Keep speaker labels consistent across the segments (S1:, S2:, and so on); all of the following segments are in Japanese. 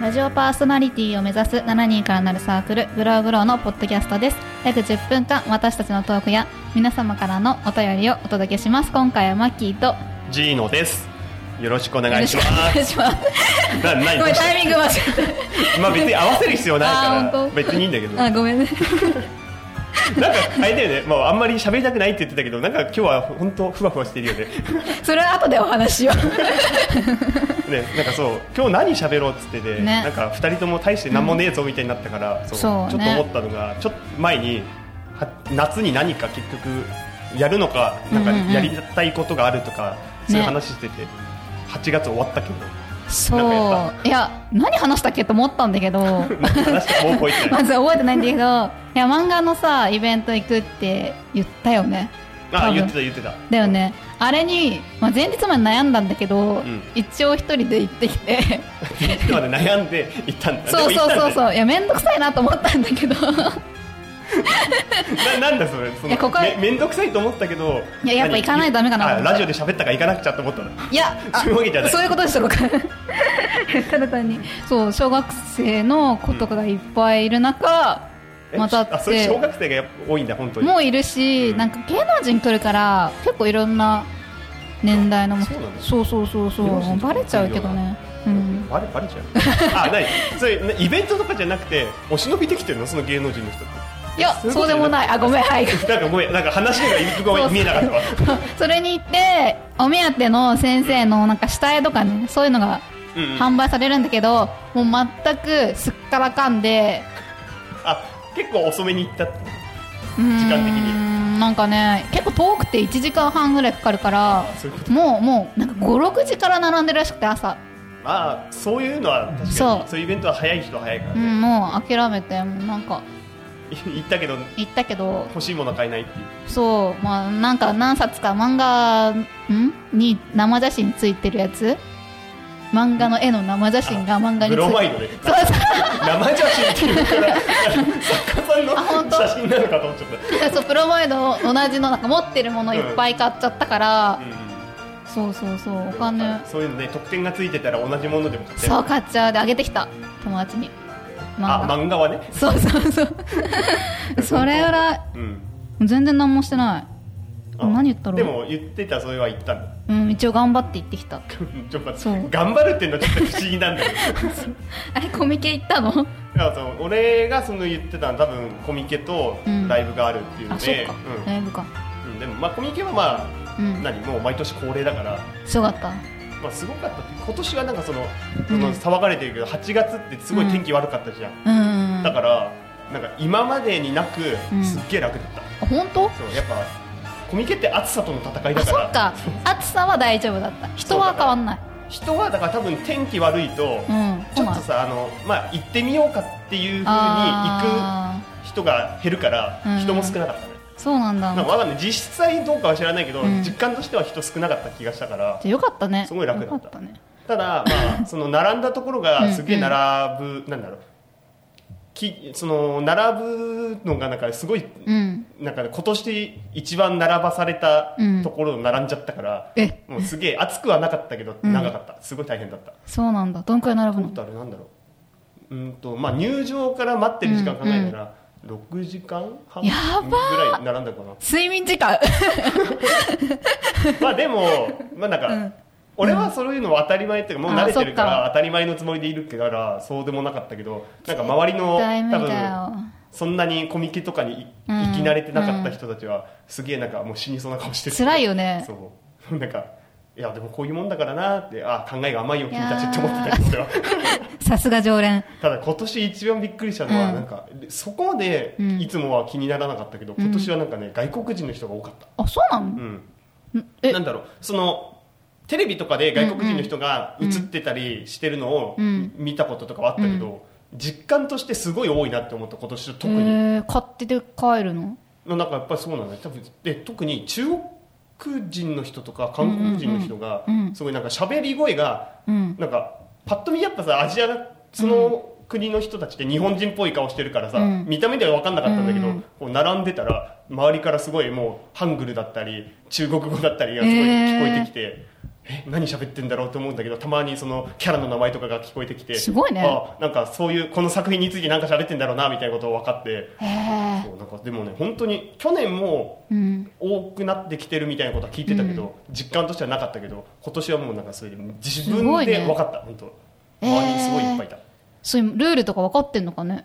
S1: ラジオパーソナリティを目指す7人からなるサークルグローグローのポッドキャストです約10分間私たちのトークや皆様からのお便りをお届けします今回はマッキーと
S2: ジーノです。よろしくお願いしま
S1: よろくお願い
S2: す。
S1: します
S2: な、な
S1: ごめんタイミング間違
S2: まあ別に合わせる必要ない
S1: あー
S2: から
S1: 本当
S2: 別にいいんだけど。
S1: え
S2: な
S1: たあ
S2: んか
S1: ごめんね
S2: あれだよね。もうあんまり喋りたくないって言ってたけど、なんか今日は本当ふわふわしてるよね。
S1: それは後でお話しよう
S2: ね、なんかそう今日何喋ろうっつってて、
S1: ね
S2: なんか二人とも大して何もねえぞみたいになったから、そう
S1: そうね
S2: ちょっと思ったのがちょっと前には夏に何か結局やるのかなんか
S1: うんうんうん
S2: やりたいことがあるとか、そういう話してて、8月終わったけど
S1: そういや何話したっけと思ったんだけど
S2: 話してもう覚えてな
S1: ま
S2: い。
S1: ず覚えてないんだけどいや漫画のさイベント行くって言ったよね
S2: あ
S1: 多分
S2: 言ってた言ってた。
S1: だよねあれに、まあ、前日まで悩んだんだけど、
S2: ん
S1: 一応一人で行ってきて
S2: 今まで悩んで行ったんだ。
S1: そうそうそう
S2: う。
S1: そういや面倒くさいなと思ったんだ けど
S2: ななんだそれ。そ
S1: いやここは
S2: めめんどくさいと思ったけど。
S1: いややっぱ行かないとダメかな
S2: 何あラジオで喋ったから行かなくちゃと思ったの。
S1: いやあ
S2: そういうわけじゃない
S1: そういうことでしょうか ただ単にそう小学生の子とかがいっぱいいる中、
S2: え
S1: また
S2: あ
S1: っ
S2: それ
S1: て
S2: 小学生がやっぱ多いんだ本当に。
S1: もういるし、
S2: うん
S1: なんか芸能人来るから結構いろんな年代のも
S2: そうなの
S1: そうそうそうそう
S2: 芸能人と
S1: バ
S2: か
S1: レちゃうけどね、うん、
S2: バレバレちゃう。あ、ない。それねイベントとかじゃなくてお忍びできてるのその芸能人の人って。
S1: いやそうでもないあごめんはい
S2: なんかごめんなんか話がごめ
S1: そうん
S2: 見えなかったわ。
S1: それに行ってお目当ての先生のなんか下絵とかねそういうのが
S2: うんうん
S1: 販売されるんだけど、もう全くすっからかんで
S2: あ結構遅めに行ったって。
S1: うーん
S2: 時間的
S1: なんかね結構遠くて1時間半ぐらいかかるから
S2: そういうこと
S1: もうもうなんか56時から並んでるらしくて朝、
S2: まあそういうのは確かに
S1: そ
S2: そうういうイベントは早い人は早いから
S1: う
S2: ね。
S1: ん、もう諦めてもうなんか
S2: 行ったけど
S1: 行ったけど
S2: 欲しいもの買えないっていう。
S1: そうまあなんか何冊か漫画んに生写真ついてるやつ漫画の絵の生写真が漫画に
S2: ブ
S1: つ
S2: ロマ
S1: い
S2: イドで。
S1: そうそう
S2: 生写真っていうから作家
S1: あ
S2: さん
S1: 本
S2: の
S1: 当
S2: 写真なのかと思っちゃっ
S1: そうプロマイドを同じのなんか持ってるものいっぱい買っちゃったから、
S2: た、う
S1: そうそうそうんお金
S2: そういうのね特典がついてたら同じものでも買っちゃ
S1: そう
S2: う
S1: 買っちゃうであげてきた友達に
S2: あ
S1: 漫画
S2: 漫画はね
S1: そうそうそう それぐらい
S2: うん
S1: 全然何もしてない
S2: あ
S1: 何言ったろう
S2: でも言ってたそれは言ったんだ
S1: うん一応頑張って行ってきた
S2: ちょっと待
S1: そ
S2: っ
S1: う
S2: て頑張るっていうのはちょっと不思議なんだけど
S1: あれコミケ行ったの
S2: い やその俺がその言ってたのは多分コミケと
S1: うん
S2: ライブがあるっていうの
S1: あそ
S2: で、
S1: っ
S2: う
S1: か
S2: ん
S1: ライブか
S2: うんでもまあコミケはまあ、
S1: うん
S2: 何もう毎年恒例だから
S1: すごかった
S2: まあ、すごかったって今年はなんかその,、
S1: うん
S2: その騒がれてるけど8月ってすごい天気悪かったじゃん、
S1: うん
S2: だからなんか今までになく
S1: うん
S2: すっげえ楽だった、
S1: あ本当
S2: そうやっぱコミケって暑さとの戦い
S1: あ
S2: だ
S1: そ
S2: から
S1: っか暑さは大丈夫だった人は変わんない
S2: 人はだから多分天気悪いと、
S1: うん
S2: ち
S1: 来
S2: ょっ
S1: ない
S2: とさあの、まあ、行ってみようかっていうふうに行く
S1: あ
S2: 人が減るから
S1: うん
S2: 人も少なかったね、
S1: ーそうなんだ
S2: なんかわかんない実際どうかは知らないけど、
S1: うん
S2: 実感としては人少なかった気がしたから
S1: じゃあよかったね
S2: すごい楽だった
S1: よかね
S2: ただまあその並んだところがすげえ並ぶ、なんだろうきその並ぶのがなんかすごい、
S1: うん
S2: なんかね今年一番並ばされた
S1: うん
S2: ところを並んじゃったから、
S1: え
S2: もうすげえ暑くはなかったけど
S1: うん
S2: 長かった、すごい大変だった
S1: そうなんだどんくらい並ぶ
S2: トー
S1: の
S2: タルなんだろううんとまあ入場から待ってる時間考えたら、6時間半ぐ
S1: や
S2: らい並ん だかな
S1: 睡眠時間
S2: まあでもまあなんか、
S1: うん
S2: 俺はそういうのは当たり前っていうかもう慣れてるか
S1: あそっ
S2: ら当たり前のつもりでいるからそうでもなかったけどなんか周りの
S1: 大
S2: 多
S1: 無理だよ
S2: 分そんなにコミケとかにい
S1: うん
S2: 行き慣れてなかった人たちはすげえなんかもう死にそうな顔してる
S1: 辛いよね
S2: そう なんかいやでもこういうもんだからなってあ考えが甘いよ君たちって思ってたけど俺は
S1: さすが常連
S2: ただ今年一番びっくりしたの
S1: う
S2: は
S1: ん
S2: なんかそこまでいつもは気にならなかったけど
S1: ん
S2: 今年はなんかね外国人の人が多かった
S1: あそうなの
S2: うん
S1: んえ
S2: なんだろうそのテレビとかで外国人の人が映ってたりしてるのを
S1: うん
S2: 見たこととかはあったけど、実感としてすごい多いなって思った今年特
S1: え
S2: に、
S1: ー買ってて帰るの
S2: なんかやっぱりそうなんだよ多分で特に中国人の人とか韓国人の人が
S1: うんうんうん
S2: すごいなんか喋り声が
S1: うん
S2: なんかパッと見やっぱさアジアだその国の人たちって日本人っぽい顔してるからさ、
S1: うん
S2: 見た目では分かんなかったんだけど、
S1: うん
S2: こう並んでたら周りからすごいもうハングルだったり中国語だったりがすごい聞こえてきて、ええ何喋ってんだろうと思うんだけどたまにそのキャラの名前とかが聞こえてきて
S1: すごいね
S2: あなんかそういうこの作品について何か喋ってんだろうなみたいなことを分かって
S1: へえ
S2: そうなんかでもね本当に去年も
S1: うん
S2: 多くなってきてるみたいなことは聞いてたけど、実感としてはなかったけど今年はもうなんかそういう自
S1: すごい
S2: 分
S1: ね
S2: で分かった、本当
S1: えー
S2: 周りにすごいいっぱいいた、
S1: そういうルールとか分かってんのかね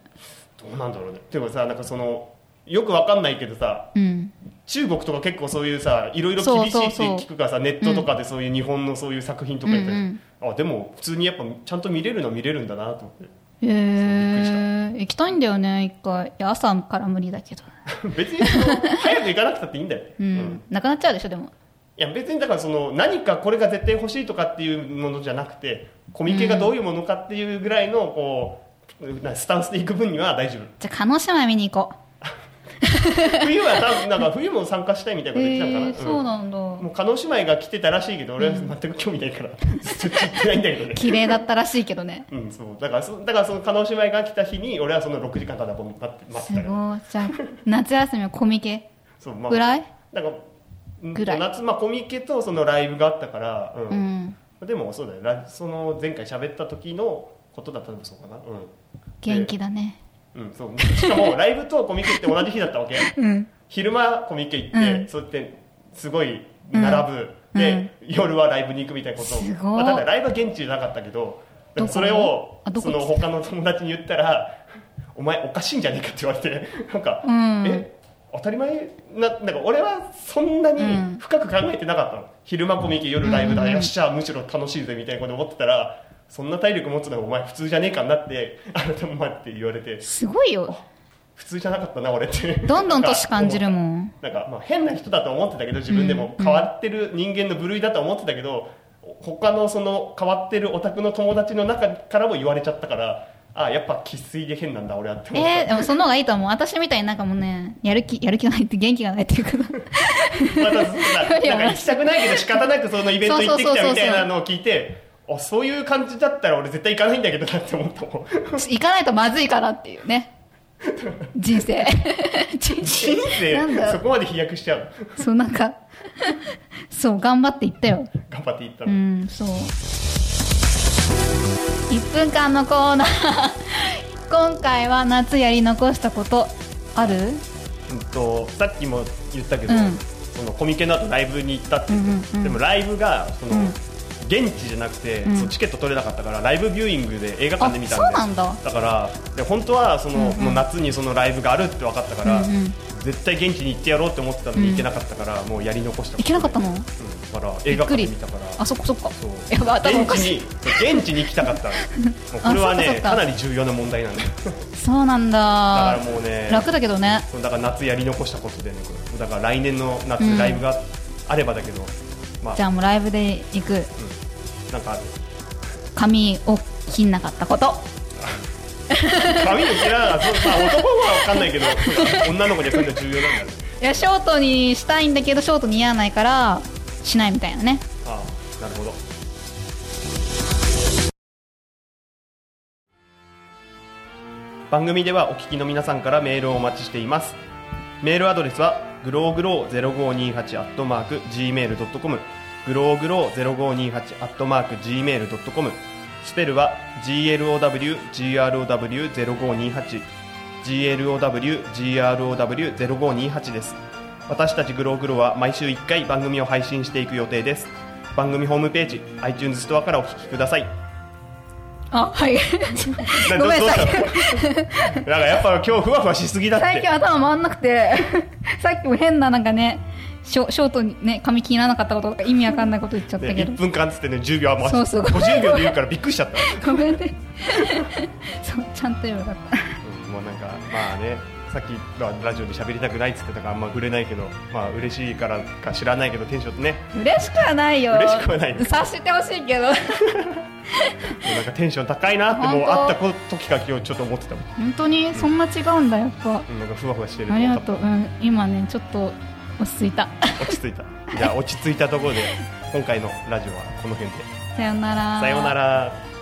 S2: どうなんだろうねでもさなんかそのよく分かんないけどさ
S1: うん
S2: 中国とか結構そういうさいろいろ
S1: そう
S2: 厳し
S1: そう
S2: いって聞くからさネットとかでそういう日本のそういう作品とかやったり、
S1: うん
S2: あでも普通にやっぱちゃんと見れるのは見れるんだなと思って
S1: へ
S2: びっくり
S1: え
S2: し
S1: 行きたいんだよね一回いや朝から無理だけど
S2: 別にその早く行かなくたっていいんだよ、
S1: うん、
S2: うん
S1: なくなっちゃうでしょでも
S2: いや別にだからその何かこれが絶対欲しいとかっていうものじゃなくてコミケがどういうものかっていうぐらいのこうなスタンスで行く分には大丈夫
S1: じゃあ叶姉妹見に行こ
S2: 冬は多分なんか冬も参加したいみたいな
S1: う
S2: こと言ってたの
S1: へえ
S2: かな、
S1: そうなんだ、
S2: うんもう叶姉妹が来てたらしいけど俺は全く興味な いから、ずっと聞いてないんだけどね
S1: 綺麗だったらしいけどね
S2: うん、そうだからそだからその叶姉妹が来た日に俺はその6時間ただ待って待っ
S1: す
S2: てたから
S1: ごいじゃあ夏休みはコミケ
S2: そう、まあ、
S1: ぐらい、
S2: だからうん
S1: ぐらい
S2: 夏、まあ、コミケとそのライブがあったから、うん
S1: うん
S2: でもそうだよラその前回喋った時のことだったらそうかな
S1: 元気だね
S2: うん、うん、そうしかもライブとコミケって同じ日だったわけ
S1: うん
S2: 昼間コミケ行って、
S1: うん
S2: そうやってすごい並ぶ、で、夜はライブに行くみたいなことを
S1: すごい
S2: まあ、ただライブは現地じゃなかったけどで
S1: ど
S2: も
S1: こ
S2: それを
S1: あどこ
S2: その他の友達に言ったら「お前おかしいんじゃねえか」って言われて なんか「
S1: うん
S2: え当たり前ななんか俺はそんなに
S1: うん
S2: 深く考えてなかったの、昼間コミケ夜ライブだ、よっしゃむしろ楽しいぜみたいなこと思ってたらそんな体力持つのがお前普通じゃねえかになって改まって言われて
S1: すごいよ
S2: 普通じゃなかったな俺って
S1: どんどん年感じるもん
S2: なんかまあ変な人だと思ってたけど自分でも変わってる人間の部類だと思ってたけど、他のその変わってるオタクの友達の中からも言われちゃったからああやっぱ生粋で変なんだ俺はって思っ
S1: えー、
S2: た、
S1: でもその方がいいと思う私みたいになんかもうねやる気やる気がないって 元気がないっていうか
S2: また そうだなんか行きたくないけど仕方なくそのイベント行ってきたみたいなのを聞いてあそういう感じだったら俺絶対行かないんだけどなって思った もん
S1: 行かないとまずいからっていうね人生人
S2: 人
S1: なん
S2: 生
S1: だ
S2: そこまで飛躍しちゃう
S1: そうなんかそう頑張っていったよ
S2: 頑張っていった
S1: う
S2: の、
S1: んそう1分間のコーナー今回は夏やり残したことある
S2: うんとさっきも言ったけど、
S1: うん
S2: そのコミケの後ライブに行ったっていう、
S1: うんうんうん
S2: でもライブがその、
S1: うん
S2: 現地じゃなくて、
S1: ん
S2: そのチケット取れなかったからライブビューイングで映画
S1: あ
S2: 館で見たん
S1: そう
S2: で
S1: なんだ
S2: だからで本当はその、
S1: うんうん
S2: もう夏にそのライブがあるって分かったから、
S1: うんうん
S2: 絶対現地に行ってやろうって思ってたの
S1: う
S2: に
S1: ん
S2: 行けなかったから、もうやり残したことで
S1: 行けなかったの
S2: うん、だから
S1: び
S2: 映
S1: っ
S2: 画
S1: く
S2: 館で
S1: り
S2: 見たから
S1: あそっかそっか
S2: そう
S1: やばい頭おか
S2: 現
S1: し
S2: 地
S1: い
S2: にそう現地に行きた かったのもうこれは
S1: あそっかそ
S2: ね
S1: っか
S2: かなり重要な問題なんだよ
S1: そうなん
S2: だ
S1: だ
S2: からもうね
S1: 楽だけどね
S2: そうだから夏やり残したことでねこれだから来年の夏、
S1: うん
S2: ライブがあればだけどまあ
S1: じゃあもうライブで行く
S2: うんなんかある
S1: 髪を切んなかったこと
S2: 髪の毛なそうまあ男は分かんない けど女の子にはそういうの重要なんだね
S1: いやショートにしたいんだけどショート似合わないからしないみたいなね
S2: ああなるほど番組ではお聞きの皆さんからメールをお待ちしていますメールアドレスはグローグロー0528 gmail.com グローグロー0528 gmail.com スペルは glowgrow0528 glowgrow0528 です私たちグローグローは毎週1回番組を配信していく予定です番組ホームページ iTunes ストアからお聞きください
S1: あはい
S2: な
S1: ごめんな
S2: どう
S1: さい
S2: したのなんかやっぱ今日ふわふわしすぎだって
S1: 最近頭回んなくて さっきも変ななんかねショショートにね髪切らなかったこととか意味わかんないこと言っちゃった
S2: ね、
S1: けど
S2: 1分間っつってね10秒余
S1: そうそうごめん
S2: 50秒で言うからびっくりしちゃった、
S1: ごめんね そうちゃんと言えばよかっ
S2: うんもうなんかまあねさっきはラジオで喋りたくないっつってたからあんま触れないけどまあ嬉しいからか知らないけどテンションってね
S1: た嬉しくはないよ
S2: 嬉しくはない
S1: 察してほしいけど
S2: もうなんかテンション高いなってもう
S1: 本
S2: 会
S1: 当
S2: ったこ時から今日ちょっと思ってたもん
S1: 本当にそんな違うんだやっぱ
S2: うんなんかふわふわしてる
S1: ありがとう、
S2: う
S1: うん、今ねちょっと落ち着いた
S2: 落ち着いたじゃあ落ち着いたところで今回のラジオはこの辺で
S1: さよなら
S2: さようなら